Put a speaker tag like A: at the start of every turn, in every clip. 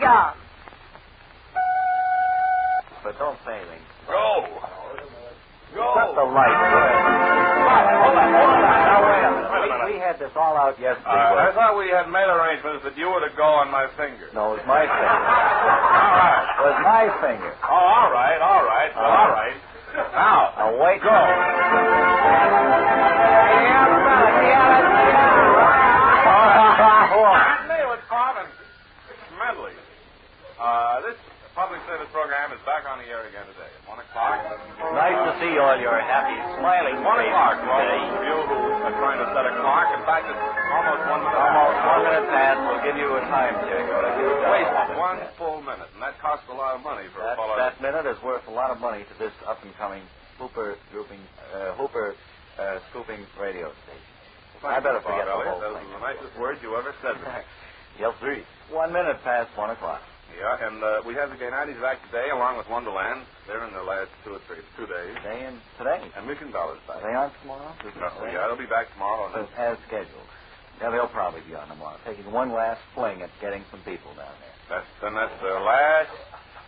A: job.
B: But don't say anything.
C: Go. Go.
B: Shut the light. Hold on, hold on. Now, wait a
C: Wait a
B: minute.
C: minute.
B: We, we had this all out yesterday.
C: Uh, I
B: Wilson.
C: thought we had made arrangements that you were to go on my finger.
B: No, it was my finger.
C: All right.
B: It was my finger.
C: Oh, all right, all right, well, all right. Now,
B: Now, wait.
C: go.
B: Uh-huh.
C: Not me, it's Bob and Medley. Uh, this public service program is back on the air again today at 1 o'clock.
B: nice to see all your happy, smiling
C: 1
B: faces
C: o'clock, for all
B: today.
C: those of you who are trying to set a clock. In fact, it's almost 1 minute.
B: Almost one minute past. We'll give you a time check. Or if you
C: Wait, one full minute, and that costs a lot of money for
B: That,
C: a fellow.
B: that minute is worth a lot of money to this up-and-coming Hooper grouping, uh, Hooper uh, scooping radio station. I better forget the whole
C: Those
B: thing.
C: are the nicest words you ever said to me.
B: Yes, three. One minute past one o'clock.
C: Yeah, and uh, we have the Gainites back today, along with Wonderland. They're in the last two or three, two days.
B: Today and today.
C: And Mission Dollar's
B: Are
C: back.
B: they on tomorrow?
C: No, yeah, they'll be back tomorrow.
B: As, as scheduled. Yeah, they'll probably be on tomorrow, taking one last fling at getting some people down there.
C: That's, then that's their last,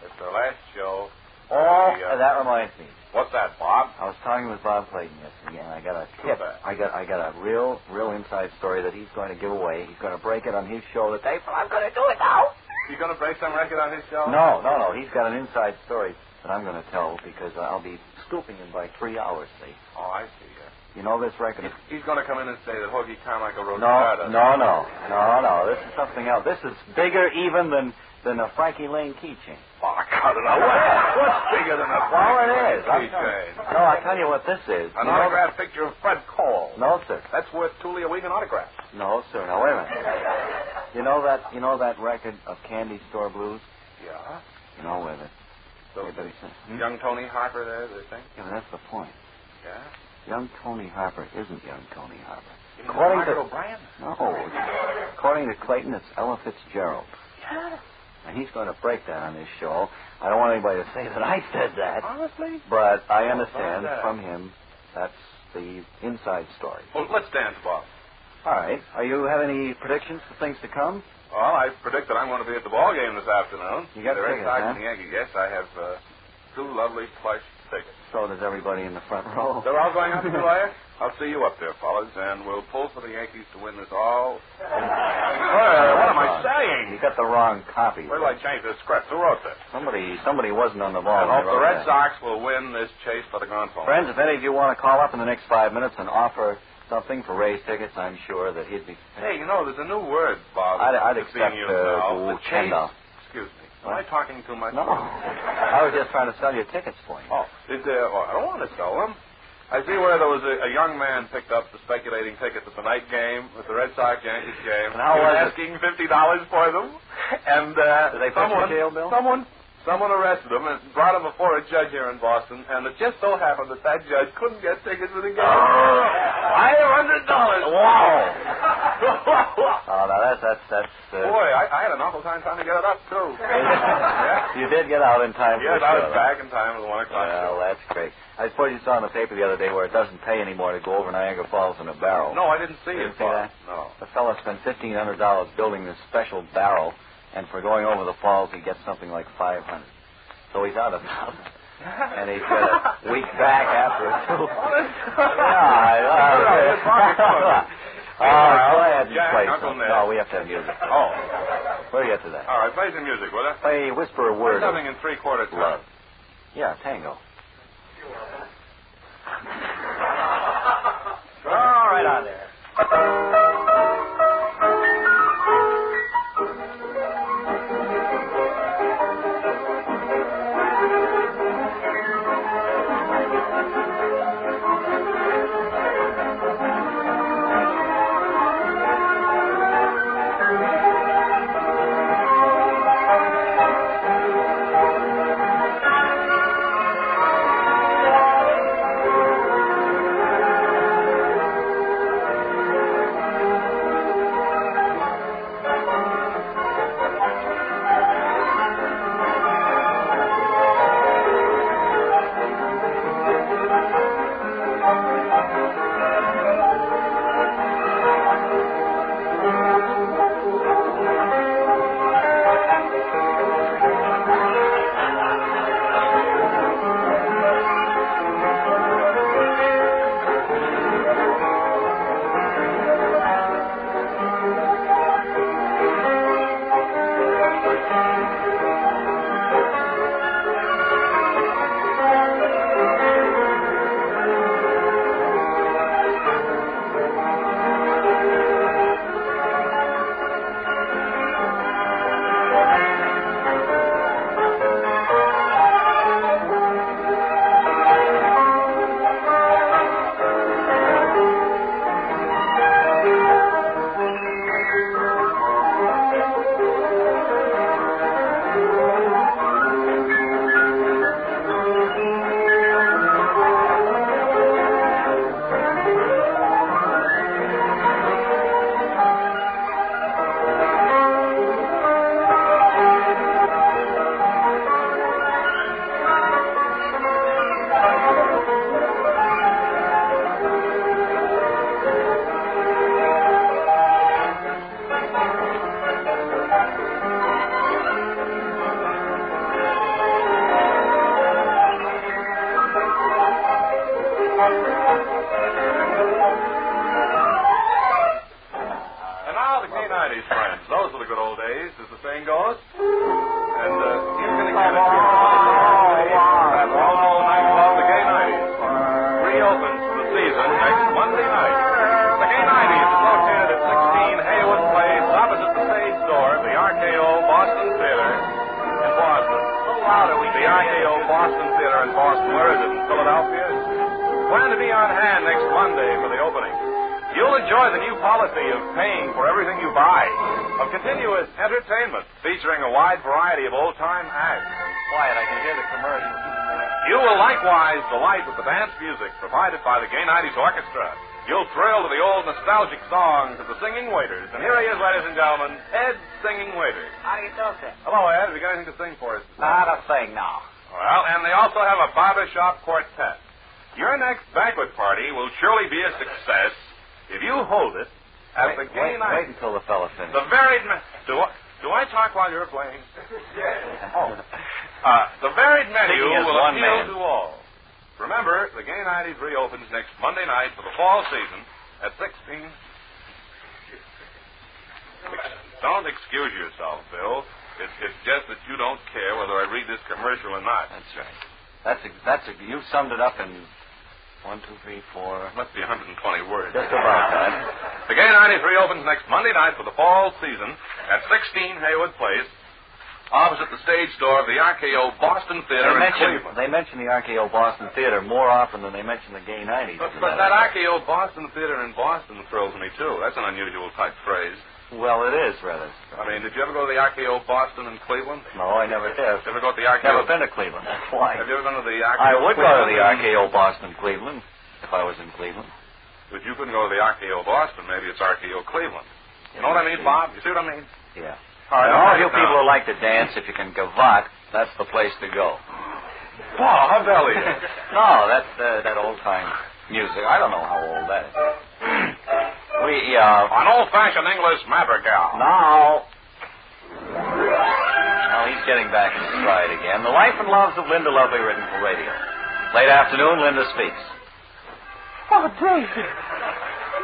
C: that's their last show.
B: Oh,
C: Yeah.
B: that reminds me.
C: What's that, Bob?
B: I was talking with Bob Clayton yesterday, and I got a
C: Too
B: tip.
C: bad.
B: I got I got a real, real inside story that he's going to give away. He's going to break it on his show today, but I'm going to do it now.
C: You gonna break some record on his show?
B: No, no, no. He's got an inside story that I'm going to tell because I'll be scooping him by three hours, see.
C: Oh, I see. Yeah.
B: You know this record?
C: He's, he's gonna come in and say that Hoagie Carmichael
B: No,
C: wrote
B: no, no, no, no. This is something else. This is bigger even than than a Frankie Lane keychain.
C: Oh, cut it out. What? What's bigger than a
B: Well, it is. I'm
C: keychain?
B: telling- No, I'll tell you what this is. You
C: An
B: know-
C: autographed picture of Fred Cole.
B: No, sir.
C: That's worth Tully a week in autographs.
B: No, sir. Now wait a minute. You know that you know that record of Candy Store Blues?
C: Yeah.
B: You know where the
C: So,
B: everybody says. hmm?
C: young Tony Harper there, they think.
B: Yeah, but that's the point.
C: Yeah.
B: Young Tony Harper isn't young Tony Harper.
C: You mean
B: According
C: Margaret
B: to
C: O'Brien?
B: no, according to Clayton, it's Ella Fitzgerald. And he's going to break that on his show. I don't want anybody to say that I said that,
C: Honestly?
B: but I understand
C: that.
B: from him that's the inside story.
C: Well, let's dance, Bob.
B: All right. Are you have any predictions for things to come?
C: Well, I predict that I'm going to be at the ball game this afternoon.
B: You got
C: They're
B: tickets,
C: inside
B: huh?
C: the Yankees. Yes, I have uh, two lovely plush tickets.
B: So does everybody in the front row.
C: They're all going up to the wire. I'll see you up there, fellas, and we'll pull for the Yankees to win this all. Hey, what am I
B: You
C: saying?
B: got the wrong copy.
C: Where do I change this script? Who wrote this?
B: Somebody, somebody wasn't on the ball.
C: I
B: when
C: hope
B: they wrote
C: the Red
B: that.
C: Sox will win this chase for the grand final.
B: Friends, if any of you want to call up in the next five minutes and offer something for raise tickets, I'm sure that he'd be.
C: Hey, you know, there's a new word, Bob.
B: I'd- I'd
C: that's
B: accept,
C: being used
B: uh,
C: now.
B: the
C: The chase.
B: handoff.
C: Excuse me. Am I talking too much?
B: No, I was just trying to sell you tickets for you.
C: Oh, is there, oh, I don't want to sell them. I see where there was a, a young man picked up the speculating tickets at the night game with the Red Sox Yankees game.
B: And how
C: he
B: was it?
C: asking fifty dollars for them, and uh,
B: Did they pay
C: someone,
B: the jail bill?
C: someone, someone arrested him and brought him before a judge here in Boston. And it just so happened that that judge couldn't get tickets for the game. Five hundred dollars! Wow!
B: Oh, now that's that's that's. Uh,
C: Boy, I, I had an awful time trying to get it up too. yeah.
B: you did get out in time. for
C: Yes,
B: the
C: I
B: show,
C: was
B: though.
C: back in time for the one o'clock show.
B: Well, that's great. I suppose you saw in the paper the other day where it doesn't pay anymore to go over Niagara Falls in a barrel.
C: No, I didn't see
B: Didn't
C: it.
B: see
C: Bob.
B: that?
C: No.
B: The fellow spent fifteen hundred dollars building this special barrel, and for going over the falls, he gets something like five hundred. So he's out of thousand, and he's got a week back after it too. yeah, I,
C: Oh, Meanwhile,
B: oh, go ahead and
C: Jack,
B: play
C: Uncle
B: some.
C: Ned.
B: No, we have to have music.
C: Oh.
B: We'll get to that.
C: All right, play some music, will you?
B: Play Whisper a
C: Play
B: Word.
C: something in three quarter
B: of
C: time.
B: love. Yeah, tango.
C: All right, on
B: there.
C: All 1980s, friends. Those were the good old days, as the saying goes. And uh, he's going to get it. That well-known nightclub, the Gay 90s, reopens for the season next Monday night. The Gay 90s is located at 16 Haywood Place, opposite the stage door of the RKO Boston Theater in Boston. So loud it was. The RKO Boston Theater in Boston. Where is it? In Philadelphia? Plan to be on hand next Monday for the opening. You'll enjoy the new policy of paying for everything you buy, of continuous entertainment featuring a wide variety of old time acts.
B: Quiet, I can hear the commercial.
C: You will likewise delight with the dance music provided by the Gay 90s Orchestra. You'll thrill to the old nostalgic songs of the singing waiters. And here he is, ladies and gentlemen, Ed Singing Waiter.
B: How do you do, sir?
C: Hello, Ed. Have you got anything to sing for us?
B: Not a thing now.
C: Well, and they also have a barbershop quartet. Your next banquet party will surely be a success if you hold it at the
B: Wait, wait,
C: Gay 90s.
B: wait until the fella finishes.
C: The varied me- do I, do I talk while you're playing? Oh. Uh, the varied menu
B: Speaking as
C: will
B: one man.
C: appeal to all. Remember, the Gay 90s reopens next Monday night for the fall season at 16. Don't excuse yourself, Bill. It's, it's just that you don't care whether I read this commercial or not.
B: That's right. That's a, that's a, you summed it up in one, two, three, four.
C: It must be 120 words.
B: Just about that.
C: The Gay 90s reopens next Monday night for the fall season at 16 Haywood Place, opposite the stage door of the RKO Boston Theater
B: They
C: in
B: mention,
C: Cleveland.
B: they mention the RKO Boston Theater more often than they mention the gay 90s. as
C: But,
B: a
C: but that
B: matter of
C: RKO Boston Theater in Boston thrills me, too. That's an unusual type phrase.
B: fact. Well, it is, rather.
C: I mean, did you ever go to the RKO Boston in Cleveland?
B: No, I never have.
C: Did you ever go to the RKO?
B: Never been to Cleveland. That's why.
C: Have you ever been to the RKO?
B: I would go to the
C: Cleveland?
B: RKO Boston Cleveland if I was in Cleveland.
C: But you couldn't go to the RKO Boston. Maybe it's RKO Cleveland. You know what I mean, Bob? You see what I mean?
B: Yeah.
C: All
B: and all you
C: now.
B: people who like to dance, if you can gavotte, that's the place to go.
C: Wow, how belly.
B: no, that's uh, that old time music. I don't know how old that is. we uh,
C: An old-fashioned English madrigal.
B: now. Well, he's getting back in stride again. The life and loves of Linda Lovely, written for radio. Late afternoon, Linda speaks.
A: Oh, David.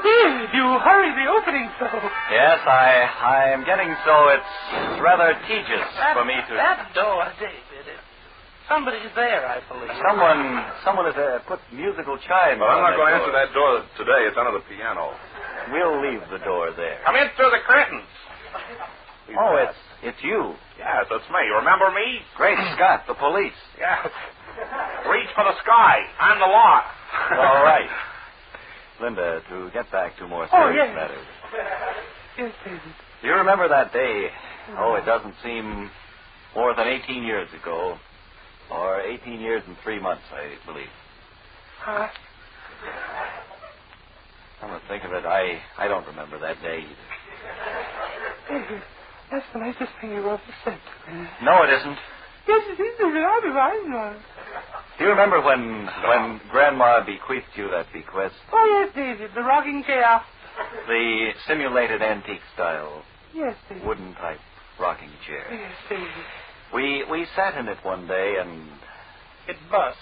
A: David, you hurry the opening so.
B: Yes, I I am getting so it's rather tedious for me to.
A: That door, David. it- Somebody's there, I believe.
B: Someone, someone has uh, put musical chimes.
C: Well, I'm
B: on
C: not going to
B: door.
C: answer that door today. It's under the piano.
B: We'll leave the door there.
C: Come in through the curtains.
B: Oh, it's it's you.
C: Yes, it's me. Remember me?
B: Great Scott, the police.
C: Yes. Reach for the sky. I'm the law.
B: All right. Linda, to get back to more serious
A: Oh, yes.
B: matters.
A: Yes, David.
B: Do you remember that day? Oh, it doesn't seem more than 18 years ago, or 18 years and three months, I believe.
A: Huh?
B: Come to think of it, I I don't remember that day either.
A: David, that's the nicest thing you ever said to me.
B: No, it isn't.
A: Yes, it is, David. I remind you.
B: Do you remember when when Grandma bequeathed you that bequest,
A: Oh, yes, David. The rocking chair.
B: the simulated antique style
A: Yes, David.
B: wooden type rocking chair?
A: Yes, David.
B: We we sat in it one day and
A: It bust.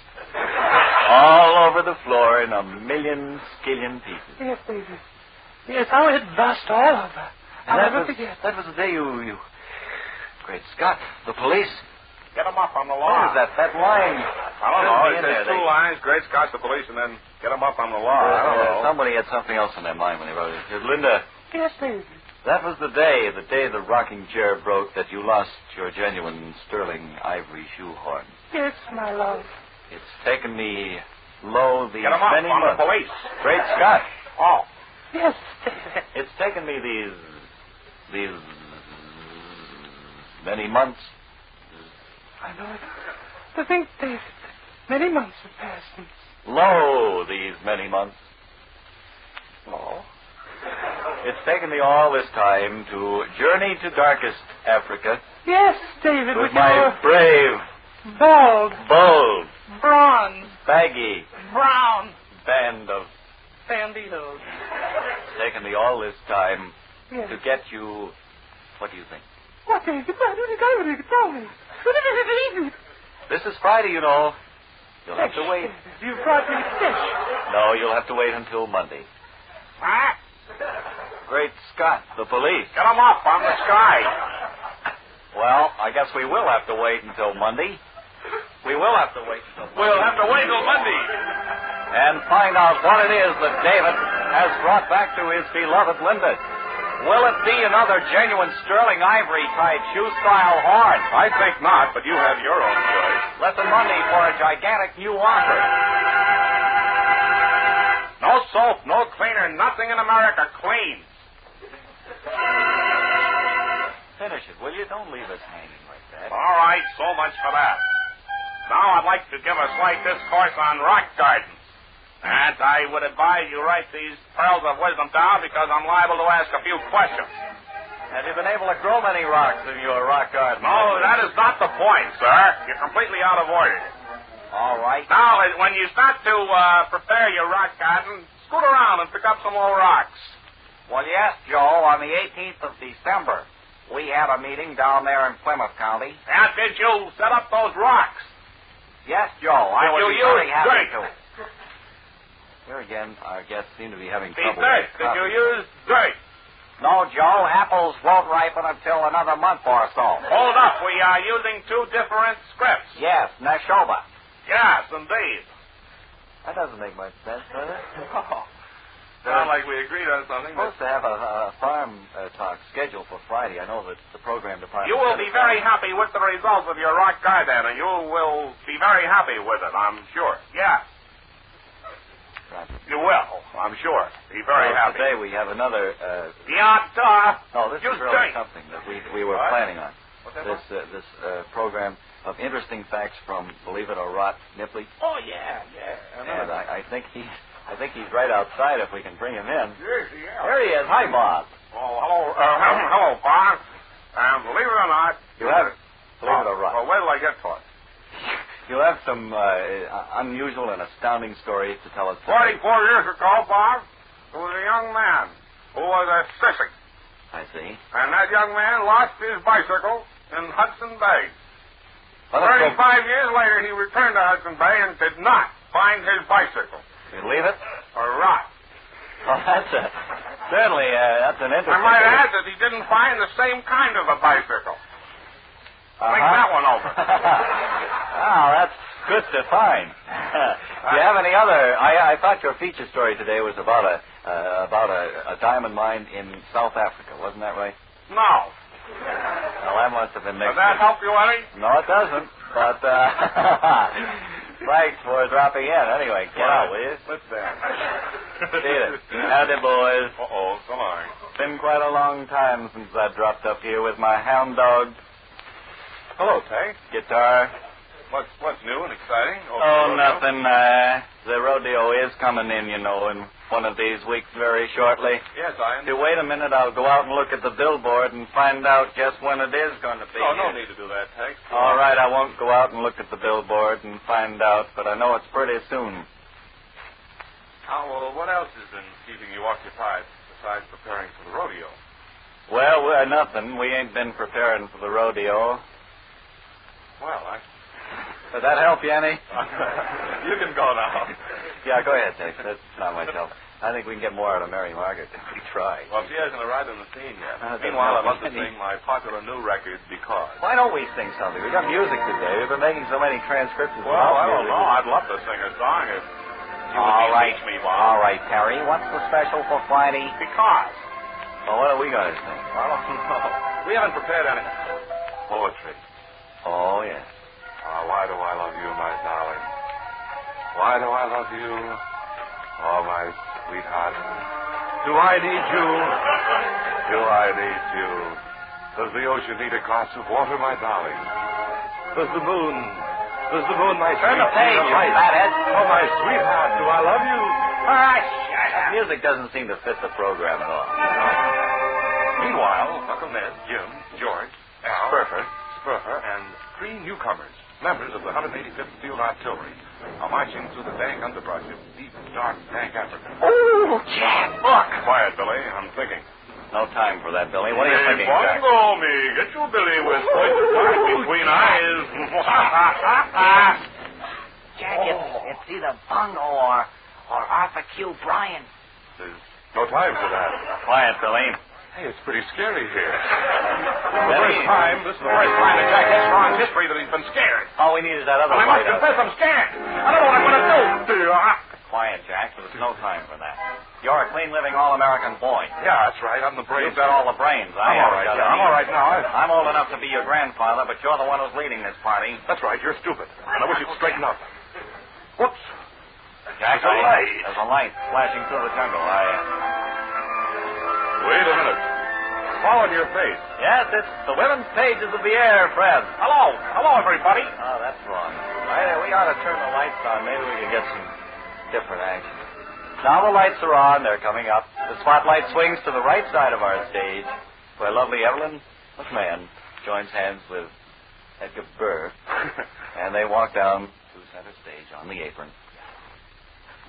B: all over the floor in a million skillion pieces.
A: Yes, David. Yes, how it bust all over. I'll
B: And that
A: never
B: was,
A: forget.
B: That was the day you, you. Great Scott! The police.
C: Get him up on the
B: What
C: lawn.
B: is that? That line.
C: I don't know.
B: Shouldn't be
C: It
B: in
C: says
B: there.
C: two
B: They-
C: lines. Great Scots, the police, and then get him up on the lawn. I don't
B: Uh,
C: know.
B: Somebody had something else in their mind when they wrote it. Linda,
A: Yes, David.
B: that was the day, the day the rocking chair broke, that you lost your genuine sterling ivory shoehorn.
A: Yes, my love.
B: It's taken me low these
C: Get him up
B: many
C: on the
B: months.
C: police.
B: Great Scott!
C: Oh.
A: Yes, David.
B: It's taken me these these many months.
A: I know it. To think, David, many months have passed since.
B: Lo, these many months.
A: Oh.
B: It's taken me all this time to journey to darkest Africa
A: Yes, David,
B: with
A: with
B: my
A: your
B: brave,
A: bald,
B: bold,
A: bronze,
B: baggy
A: brown
B: band of.
A: banditos.
B: It's taken me all this time
A: Yes.
B: to get you. What do you think?
A: What, David? Why don't you tell me? Tell me. What is it, David?
B: This is Friday, you know. You'll have to wait.
A: You brought me fish.
B: No, you'll have to wait until Monday.
A: Ah.
B: Great Scott, the police.
C: Get him up on the sky.
B: Well, I guess we will have to wait until Monday. We will have to wait until
C: We'll have to wait till Monday.
B: and find out what it is that David has brought back to his beloved Linda. Will it be another genuine sterling ivory tied shoe style horn?
C: I think not, but you have your own choice.
B: Listen Monday for a gigantic new offer.
C: No soap, no cleaner, nothing in America clean.
B: Finish it, will you? Don't leave us hanging like that.
C: All right, so much for that. Now I'd like to give a slight discourse on rock gardens. And I would advise you write these pearls of wisdom down because I'm liable to ask a few questions.
B: Have you been able to grow many rocks in your rock garden?
C: No, that is not the point, sir. You're completely out of order.
B: All right.
C: Now, uh, when you start to uh, prepare your rock garden, scoot around and pick up some more rocks.
B: Well, yes, Joe. On the 18th of December, we had a meeting down there in Plymouth County.
C: How did you set up those rocks?
B: Yes, Joe. I
C: Did
B: was
C: you use
B: very happy
C: dirt?
B: to. Here again, our guests seem to be having
C: The
B: trouble.
C: dirt.
B: with
C: Did you
B: coffee.
C: use dirt?
B: No, Joe. Apples won't ripen until another month or so.
C: Hold up. We are using two different scripts.
B: Yes, Neshoba.
C: Yes, indeed.
B: That doesn't make much sense, does it?
C: Sound like we agreed on something.
B: We're supposed to have a, a farm uh, talk scheduled for Friday. I know that the program department.
C: You will be very happy with the results of your rock garden, and you will be very happy with it, I'm sure. Yes,
B: Right.
C: you will, I'm sure. Be very
B: Well,
C: happy.
B: Today we have another. Uh,
C: Beyond duh.
B: no, this
C: You
B: is really
C: stink.
B: something that we we were
C: What?
B: planning on.
C: What's that
B: This uh, this uh, program of interesting facts from Believe It or Rot Nipley.
C: Oh, yeah, yeah.
B: And I, I think he's I think he's right outside if we can bring him in.
C: Yes, yeah.
B: There he is. Hi, Bob.
C: Oh, hello, uh, hello, Bob. Um, believe it or not,
B: You have believe it or
C: oh,
B: not.
C: Well, wait till I get to it.
B: You have some uh, unusual and astounding story to tell us. today.
C: Forty-four years ago, Bob, there was a young man who was a sissy,
B: I see.
C: and that young man lost his bicycle in Hudson Bay.
B: Well, let's go-
C: 35 years later, he returned to Hudson Bay and did not find his bicycle.
B: You leave it.
C: A rot.
B: Well, that's a, certainly uh, that's an
C: I
B: interesting.
C: might add that he didn't find the same kind of a bicycle.
B: Uh-huh.
C: Think that one over.
B: wow, that's good to find. Do you have any other? I, I thought your feature story today was about a uh, about a, a diamond mine in South Africa, wasn't that right?
C: No.
B: Well, that must have been next.
C: Does that
B: week.
C: help you any?
B: No, it doesn't. But uh, thanks for dropping in. Anyway, get out, will you?
C: Let's down.
B: See you. Howdy, boys.
C: Uh-oh, so long.
B: Been quite a long time since I dropped up here with my hound dog
C: Hello, Tay.
B: guitar.
C: What's, what's new and exciting?
B: Oh, nothing. Uh, the rodeo is coming in, you know, in one of these weeks very shortly.
C: Yes, I
B: If you wait a minute, I'll go out and look at the billboard and find out just when it is going to be.
C: Oh, no need to do that, Uh, Tex.
B: All right, I won't go out and look at the billboard and find out, but I know it's pretty soon.
C: Oh, well, what else has been keeping you occupied besides preparing for the rodeo?
B: Well, we're nothing. We ain't been preparing for the rodeo.
C: Well, I...
B: Does that help you any?
C: you can go now.
B: Yeah, go ahead, Dick. That's not myself. I think we can get more out of Mary Margaret if we try.
C: Well, she hasn't arrived on the scene yet.
B: Uh,
C: Meanwhile, I
B: doesn't
C: must
B: help
C: have
B: any.
C: sing my popular new record, Because.
B: Why don't we sing something? We got music today. We've been making so many transcriptions.
C: Well,
B: without
C: I don't
B: music.
C: know. I'd love to sing a song if you would
B: All right,
C: teach me,
B: all
C: Bob.
B: right, Terry. What's the special for Friday?
C: Because.
B: Well, what are we going to sing?
C: I don't know. We haven't prepared any poetry.
B: Oh yes.
C: Ah, why do I love you, my darling? Why do I love you? Oh, my sweetheart. Do I need you? Do I need you? Does the ocean need a glass of water, my darling? Does the moon? Does the moon, my
B: Turn the page, you fathead.
C: Oh, my sweetheart, do I love you?
B: Ah, shut up. Music doesn't seem to fit the program at all.
C: Meanwhile, Uncle Ned, Jim, George, Al,
B: Spurfer.
C: Spurfer, and three newcomers, members of the 185th Field Artillery, are marching through the dank underbrush of deep, dark, dank Africa.
B: Oh, Jack, look.
C: Quiet, Billy. I'm thinking.
B: No time for that, Billy. What are you
C: Hey,
B: thinking, Jack?
C: Bongo, me. Get you, Billy, with pointed heart between eyes. Oh.
D: Jack, it's, it's either Bungo or, or Arthur Q. Bryan.
C: Is No time for that.
B: Quiet, Billy.
C: Hey, it's pretty scary here. the
B: Very.
C: first time, this is the first time in Jack Hesron's history that he's been scared.
B: All we need is that other
C: And I must
B: light up.
C: confess, I'm scared. I don't know what I'm going to do.
B: Quiet, Jack. There's no time for that. You're a clean living all American boy.
C: Yeah, that's right. I'm the brave.
B: You've got all the brains. I
C: I'm all
B: haven't
C: right.
B: got
C: Yeah,
B: any.
C: I'm all right now. I-
B: I'm old enough to be your grandfather, but you're the one who's leading this party.
C: That's right. You're stupid. And I wish you'd straighten up. Whoops.
B: Jack,
C: There's a
B: I-
C: light.
B: There's a light flashing through the jungle. I,
C: Wait a minute. Fall on your face.
B: yes, it's the women's pages of the air, Fred.
C: Hello. Hello, everybody.
B: Oh, that's wrong. I, we ought to turn the lights on. Maybe we can get some different action. Now the lights are on. They're coming up. The spotlight swings to the right side of our stage, where lovely Evelyn McMahon joins hands with Edgar Burr, and they walk down to the center stage on the apron.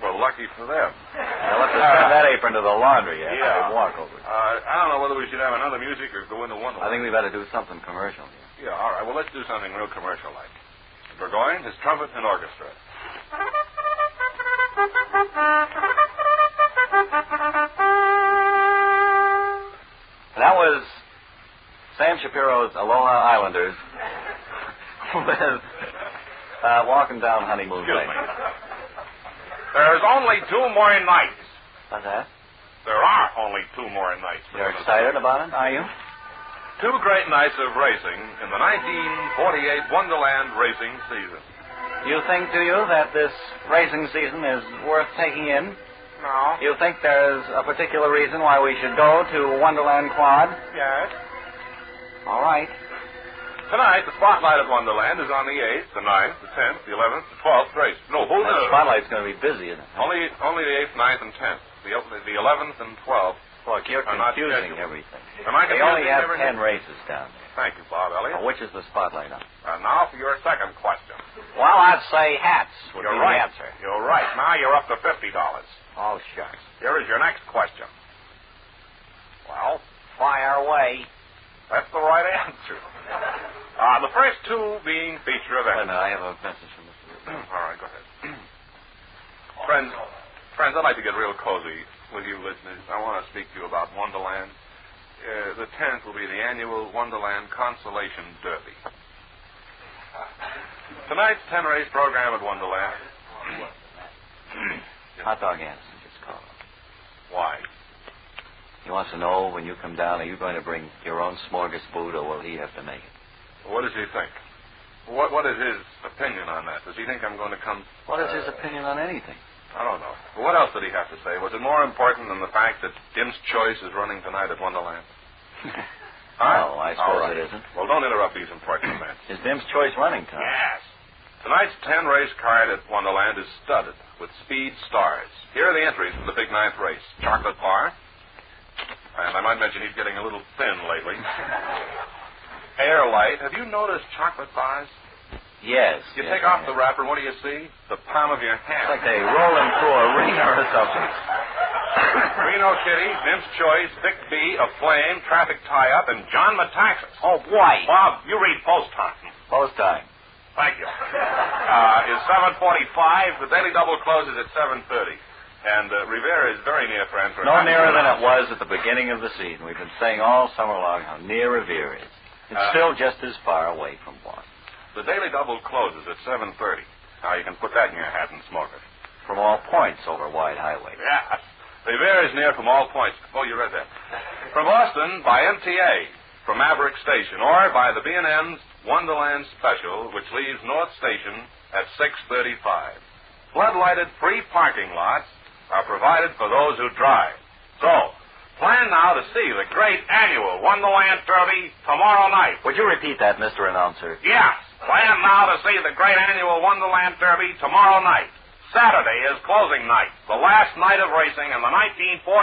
C: well, lucky for them.
B: Now let's turn that apron to the laundry after
C: Yeah.
B: they walk over. it.
C: Uh, I don't know whether we should have another music or go into one.
B: I think we better do something commercial here.
C: Yeah, all right. Well, let's do something real commercial-like. Burgoyne, his trumpet and orchestra.
B: That was Sam Shapiro's Aloha Islanders with uh, Walking Down Honeymoon
C: Excuse
B: Lane.
C: me. There's only two more nights.
B: What's that?
C: There are only two more nights.
B: You're excited about it, are you?
C: Two great nights of racing in the 1948 Wonderland racing season.
B: You think, do you, that this racing season is worth taking in?
A: No.
B: You think there's a particular reason why we should go to Wonderland Quad?
A: Yes.
B: All right.
C: Tonight, the spotlight of Wonderland is on the 8th, the 9th, the 10th, the 11th, the 12th race. Oh, No, hold
B: That
C: on.
B: spotlight's going to be busy, isn't it?
C: Only, only the 8th, 9th, and 10th. The, the 11th and 12th.
B: Look, you're
C: I'm not
B: confusing
C: scheduled.
B: everything.
C: Am I
B: They only
C: confusing
B: have ten
C: everything?
B: races down there.
C: Thank you, Bob Elliott.
B: Now, which is the spotlight on?
C: And now for your second question.
B: Well, I'd say hats would
C: You're
B: be
C: right.
B: the answer.
C: You're right. Now you're up to $50.
B: Oh, shucks.
C: Here is your next question. Well,
B: Fire away.
C: that's the right answer. Uh, the first two being feature
B: Wait a
C: events.
B: minute, I have a message from Mr.
C: All right, go ahead. friends, friends, I'd like to get real cozy with you listeners. I want to speak to you about Wonderland. Uh, the 10th will be the annual Wonderland Consolation Derby. Tonight's 10 race program at Wonderland.
B: Hot Dog Anderson just called.
C: Why?
B: He wants to know when you come down, are you going to bring your own smorgasbord or will he have to make it?
C: What does he think? What What is his opinion on that? Does he think I'm going to come? Uh,
B: What is his opinion on anything?
C: I don't know. What else did he have to say? Was it more important than the fact that Dim's Choice is running tonight at Wonderland?
B: No, I
C: All
B: suppose
C: right.
B: it isn't.
C: Well, don't interrupt these important events.
B: Is Dim's choice running time?
C: Yes. Tonight's 10 race card at Wonderland is studded with speed stars. Here are the entries for the big ninth race Chocolate Bar. And I might mention he's getting a little thin lately. Airlight. Have you noticed chocolate bars?
B: Yes.
C: You
B: yes,
C: take
B: I
C: off
B: have.
C: the wrapper, what do you see? The palm of your hand.
B: It's like they roll him through a ringer or something.
C: Reno Kitty, Vince Choice, Vic B, A Flame, Traffic Tie Up, and John Metaxas.
B: Oh, boy.
C: Bob, you read post time.
B: Post time.
C: Thank you. Uh, it's 7.45. The Daily Double closes at 7.30. And uh, Rivera is very near friends. with-
B: No nearer than it was at the beginning of the season. We've been saying all summer long how near Revere is. It's
C: Uh,
B: still just as far away from Boston.
C: The Daily Double closes at 7.30. Now, you can put that in your hat and smoke it.
B: From all points over Wide Highway.
C: Yeah. Rivera is near from all points. Oh, you read that. From Austin by MTA, from Maverick Station, or by the B&M's Wonderland Special, which leaves North Station at 6.35. Floodlighted free parking lots are provided for those who drive. So, plan now to see the great annual Wonderland Derby tomorrow night.
B: Would you repeat that, Mr. Announcer?
C: Yes. Plan now to see the great annual Wonderland Derby tomorrow night. Saturday is closing night, the last night of racing in the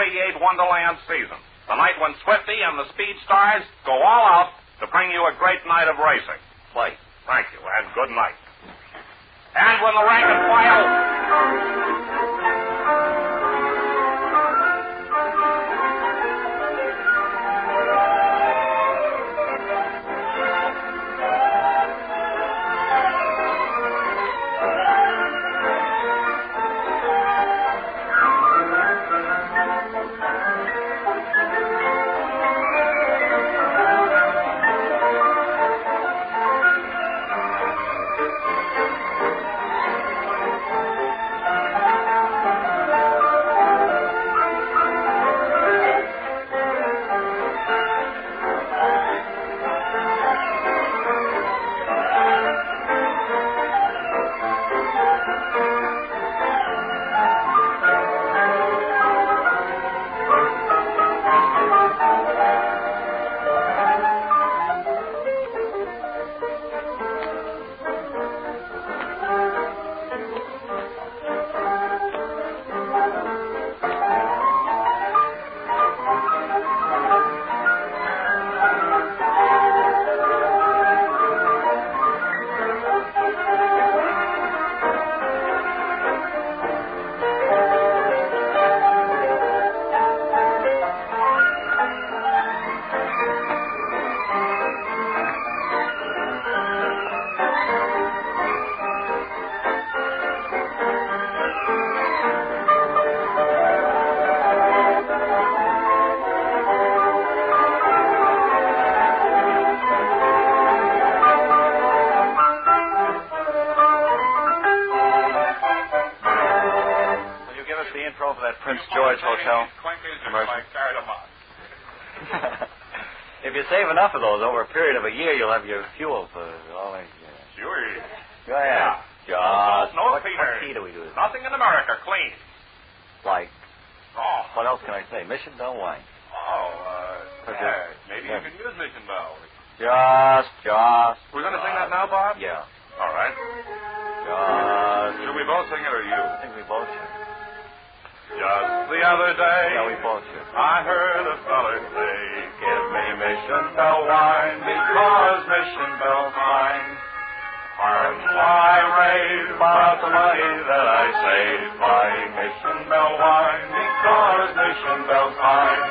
C: 1948 Wonderland season. The night when Swifty and the Speed Stars go all out to bring you a great night of racing.
B: Play.
C: Thank you, and good night. And when the rank and file.
D: Thank
B: Prince George Hotel. Commercial.
C: Commercial.
B: if you save enough of those over a period of a year, you'll have your fuel for all that. Yeah.
C: Sure.
B: Go ahead.
C: No
B: Just
C: salt, no
B: what,
C: feeder.
B: what key do we do this?
C: Nothing in America clean.
B: Like,
C: Oh.
B: what else can I say? Mission Bell wine.
C: Oh, uh,
B: Okay.
C: yeah, maybe
B: Yeah.
C: you can use Mission Bell.
B: Just, just.
C: We're going to sing that now, Bob?
B: Yeah.
C: All right.
B: Just.
C: Should we both sing it or you?
B: I think we both should.
C: Just the other day,
B: Yeah, we both should.
C: I heard a feller say, Give me Mission Bell wine because Mission Bell wine. Arms I raise about the money that I save by Mission Bell wine because Mission Bell's fine.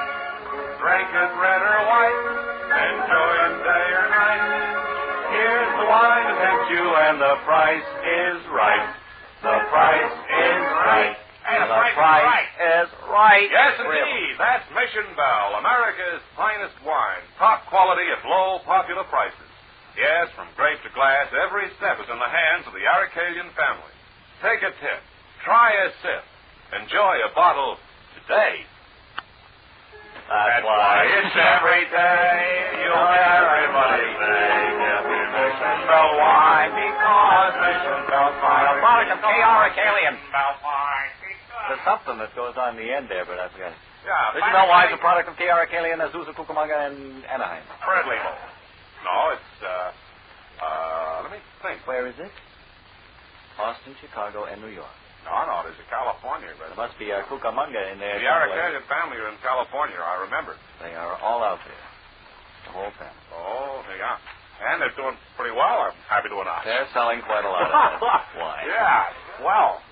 C: Drink it red or white, enjoy it day or night. Here's the wine to tempt you and the price is right. The price is right.
B: the price is right.
C: Yes,
B: Really.
C: indeed. That's Mission Bell, America's finest wine. Top quality at low popular prices. Yes, from grape to glass, every step is in the hands of the Aracelian family. Take a tip. Try a sip. Enjoy a bottle today.
B: That's why
C: it's every day. You'll hear everybody say, "Give me Mission Bell wine because Mission Bell wine.
B: The product of K. Aracelian.
C: Bell wine.
B: There's something that goes on the end there, but I forgot.
C: Yeah,
B: Mission Bell wine is a product of K. Aracelian, Azusa, Cucamonga, and Anaheim.
C: Fred Label. No, it's, uh, uh, let me think.
B: Where is it? Austin, Chicago, and New York.
C: No, no, there's a California
B: There
C: resident.
B: must be a Cucamonga in there.
C: The
B: somewhere.
C: Aracelian family are in California, I remember.
B: They are all out there. The whole family.
C: Oh, they are. And they're doing pretty well, I'm happy to announce.
B: They're selling quite a lot of that wine.
C: Yeah, well.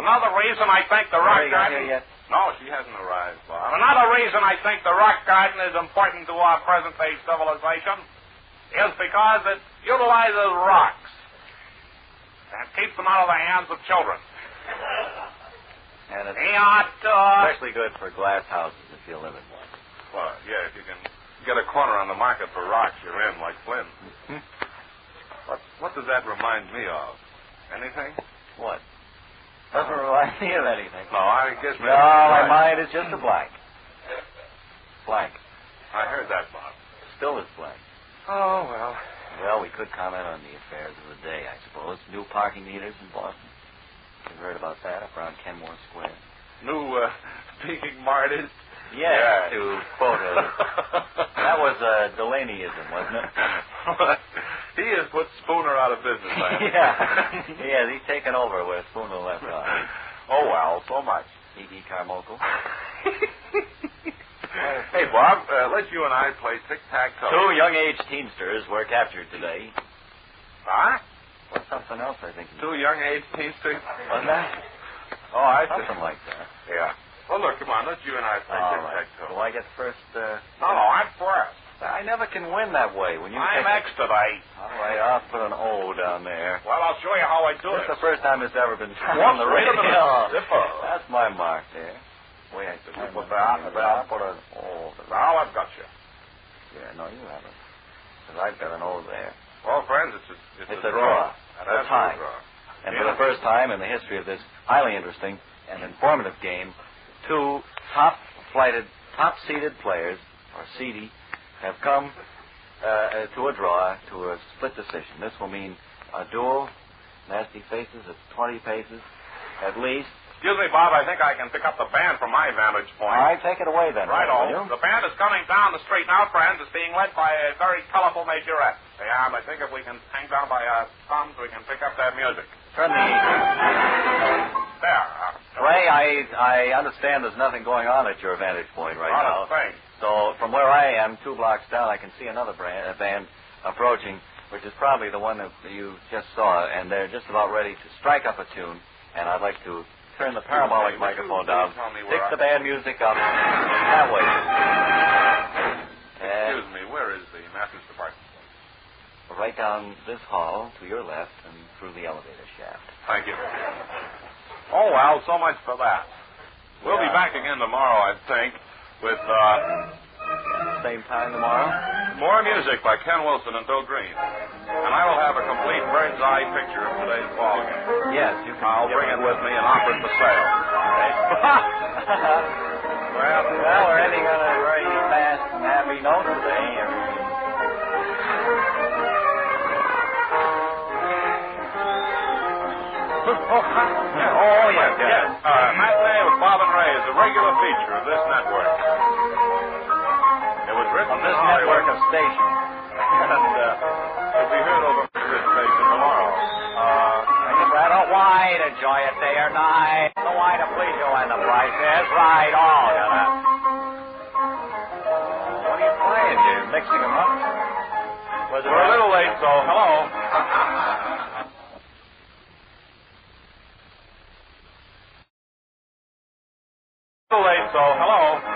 C: Another reason I think the
B: Mary
C: rock
B: got
C: garden...
B: here yet?
C: No, she hasn't arrived, Bob. Another reason I think the rock garden is important to our present-day civilization is because it utilizes rocks and keeps them out of the hands of children. uh,
B: And it's
C: They ought to...
B: especially good for glass houses if you live in one.
C: Well, yeah, if you can get a corner on the market for rocks, you're in like Flynn. What, what does that remind me of? Anything?
B: What? Doesn't remind me of anything.
C: No, I guess...
B: No, my mind is just a blank. Blank.
C: I heard that, Bob.
B: Still is blank.
A: Oh, well.
B: Well, we could comment on the affairs of the day, I suppose. New parking meters in Boston. You've heard about that up around Kenmore Square.
C: New uh, speaking martyrs.
B: Yes,
C: Yeah.
B: to quote a, that was a Delaneyism, wasn't it?
C: he has put Spooner out of business. I think.
B: yeah. Yeah, he's taken over where Spooner left off.
C: Oh, well, so much.
B: E.E. Carmichael.
C: Hey, Bob, uh, let you and I play tic-tac-toe.
B: Two young age Teamsters were captured today.
C: Huh?
B: Or something else, I think.
C: Two young age teamsters?
B: Wasn't that?
C: Oh, I see.
B: Something like that.
C: Yeah. Well, look, come on. Let you and I play
B: All right.
C: tic-tac-toe.
B: Well, I get first. Uh,
C: No, no, I'm first.
B: I never can win that way. When you
C: I'm
B: take-
C: next today.
B: All right, I'll put an O down there.
C: Well, I'll show you how I do
B: This
C: it.
B: is the first time it's ever been tried
C: What?
B: on the
C: Wait a
B: radio.
C: minute. Zippo.
B: That's my mark there. Wait, I
C: Zippo back, back.
B: put an O. there.
C: Now I've got you.
B: Yeah, no, you haven't. 'Cause I've got an O there.
C: Well, friends, it's a, it's
B: It's
C: a,
B: a draw.
C: An
B: A
C: absolute
B: tie.
C: draw.
B: And
C: Yeah.
B: for the first time in the history of this highly interesting and informative game, two top flighted, top seeded players, or seedy, have come uh, uh, to a draw, to a split decision. This will mean a duel, nasty faces at 20 paces at least.
C: Excuse me, Bob. I think I can pick up the band from my vantage
B: All
C: point.
B: right, take it away then.
C: Right
B: will you?
C: on. The band is coming down the street now, friends. It's being led by a very colorful majorette. Yeah, I think if we can hang down by our thumbs, we can pick up that music.
B: Turn the
C: There. Uh,
B: Ray, I I understand there's nothing going on at your vantage point right
C: lot
B: now.
C: of things.
B: So from where I am, two blocks down, I can see another brand, uh, band approaching, which is probably the one that you just saw, and they're just about ready to strike up a tune. And I'd like to turn the parabolic
C: Would you
B: microphone
C: please
B: down,
C: tell me where
B: pick
C: I-
B: the band music up that way.
C: Excuse
B: And
C: me. Where is the master's department?
B: right down this hall to your left and through the elevator shaft.
C: Thank you. Oh, well, so much for that. We'll
B: Yeah.
C: be back again tomorrow, I think, with uh,
B: Same time tomorrow.
C: more music by Ken Wilson and Bill Green. And I will have a complete bird's eye picture of today's ball game.
B: Yes, you can.
C: I'll
B: give
C: bring
B: us-
C: it with me and offer it for sale.
B: right?
C: Well,
B: well, we're ending on a very fast, happy note today. everyone.
C: oh, yes, yes. Uh, Matinee with Bob and Ray is a regular feature of this network. It was written
B: On this
C: in
B: network
C: Hollywood,
B: of stations.
C: and uh, it'll be heard over this station tomorrow. Uh,
B: I just rather wide enjoy it day or night. The wide to please you and the price is right all you know. What are you playing? You mixing them up? Was it
C: we're a little late, so hello. uh, little late, so hello.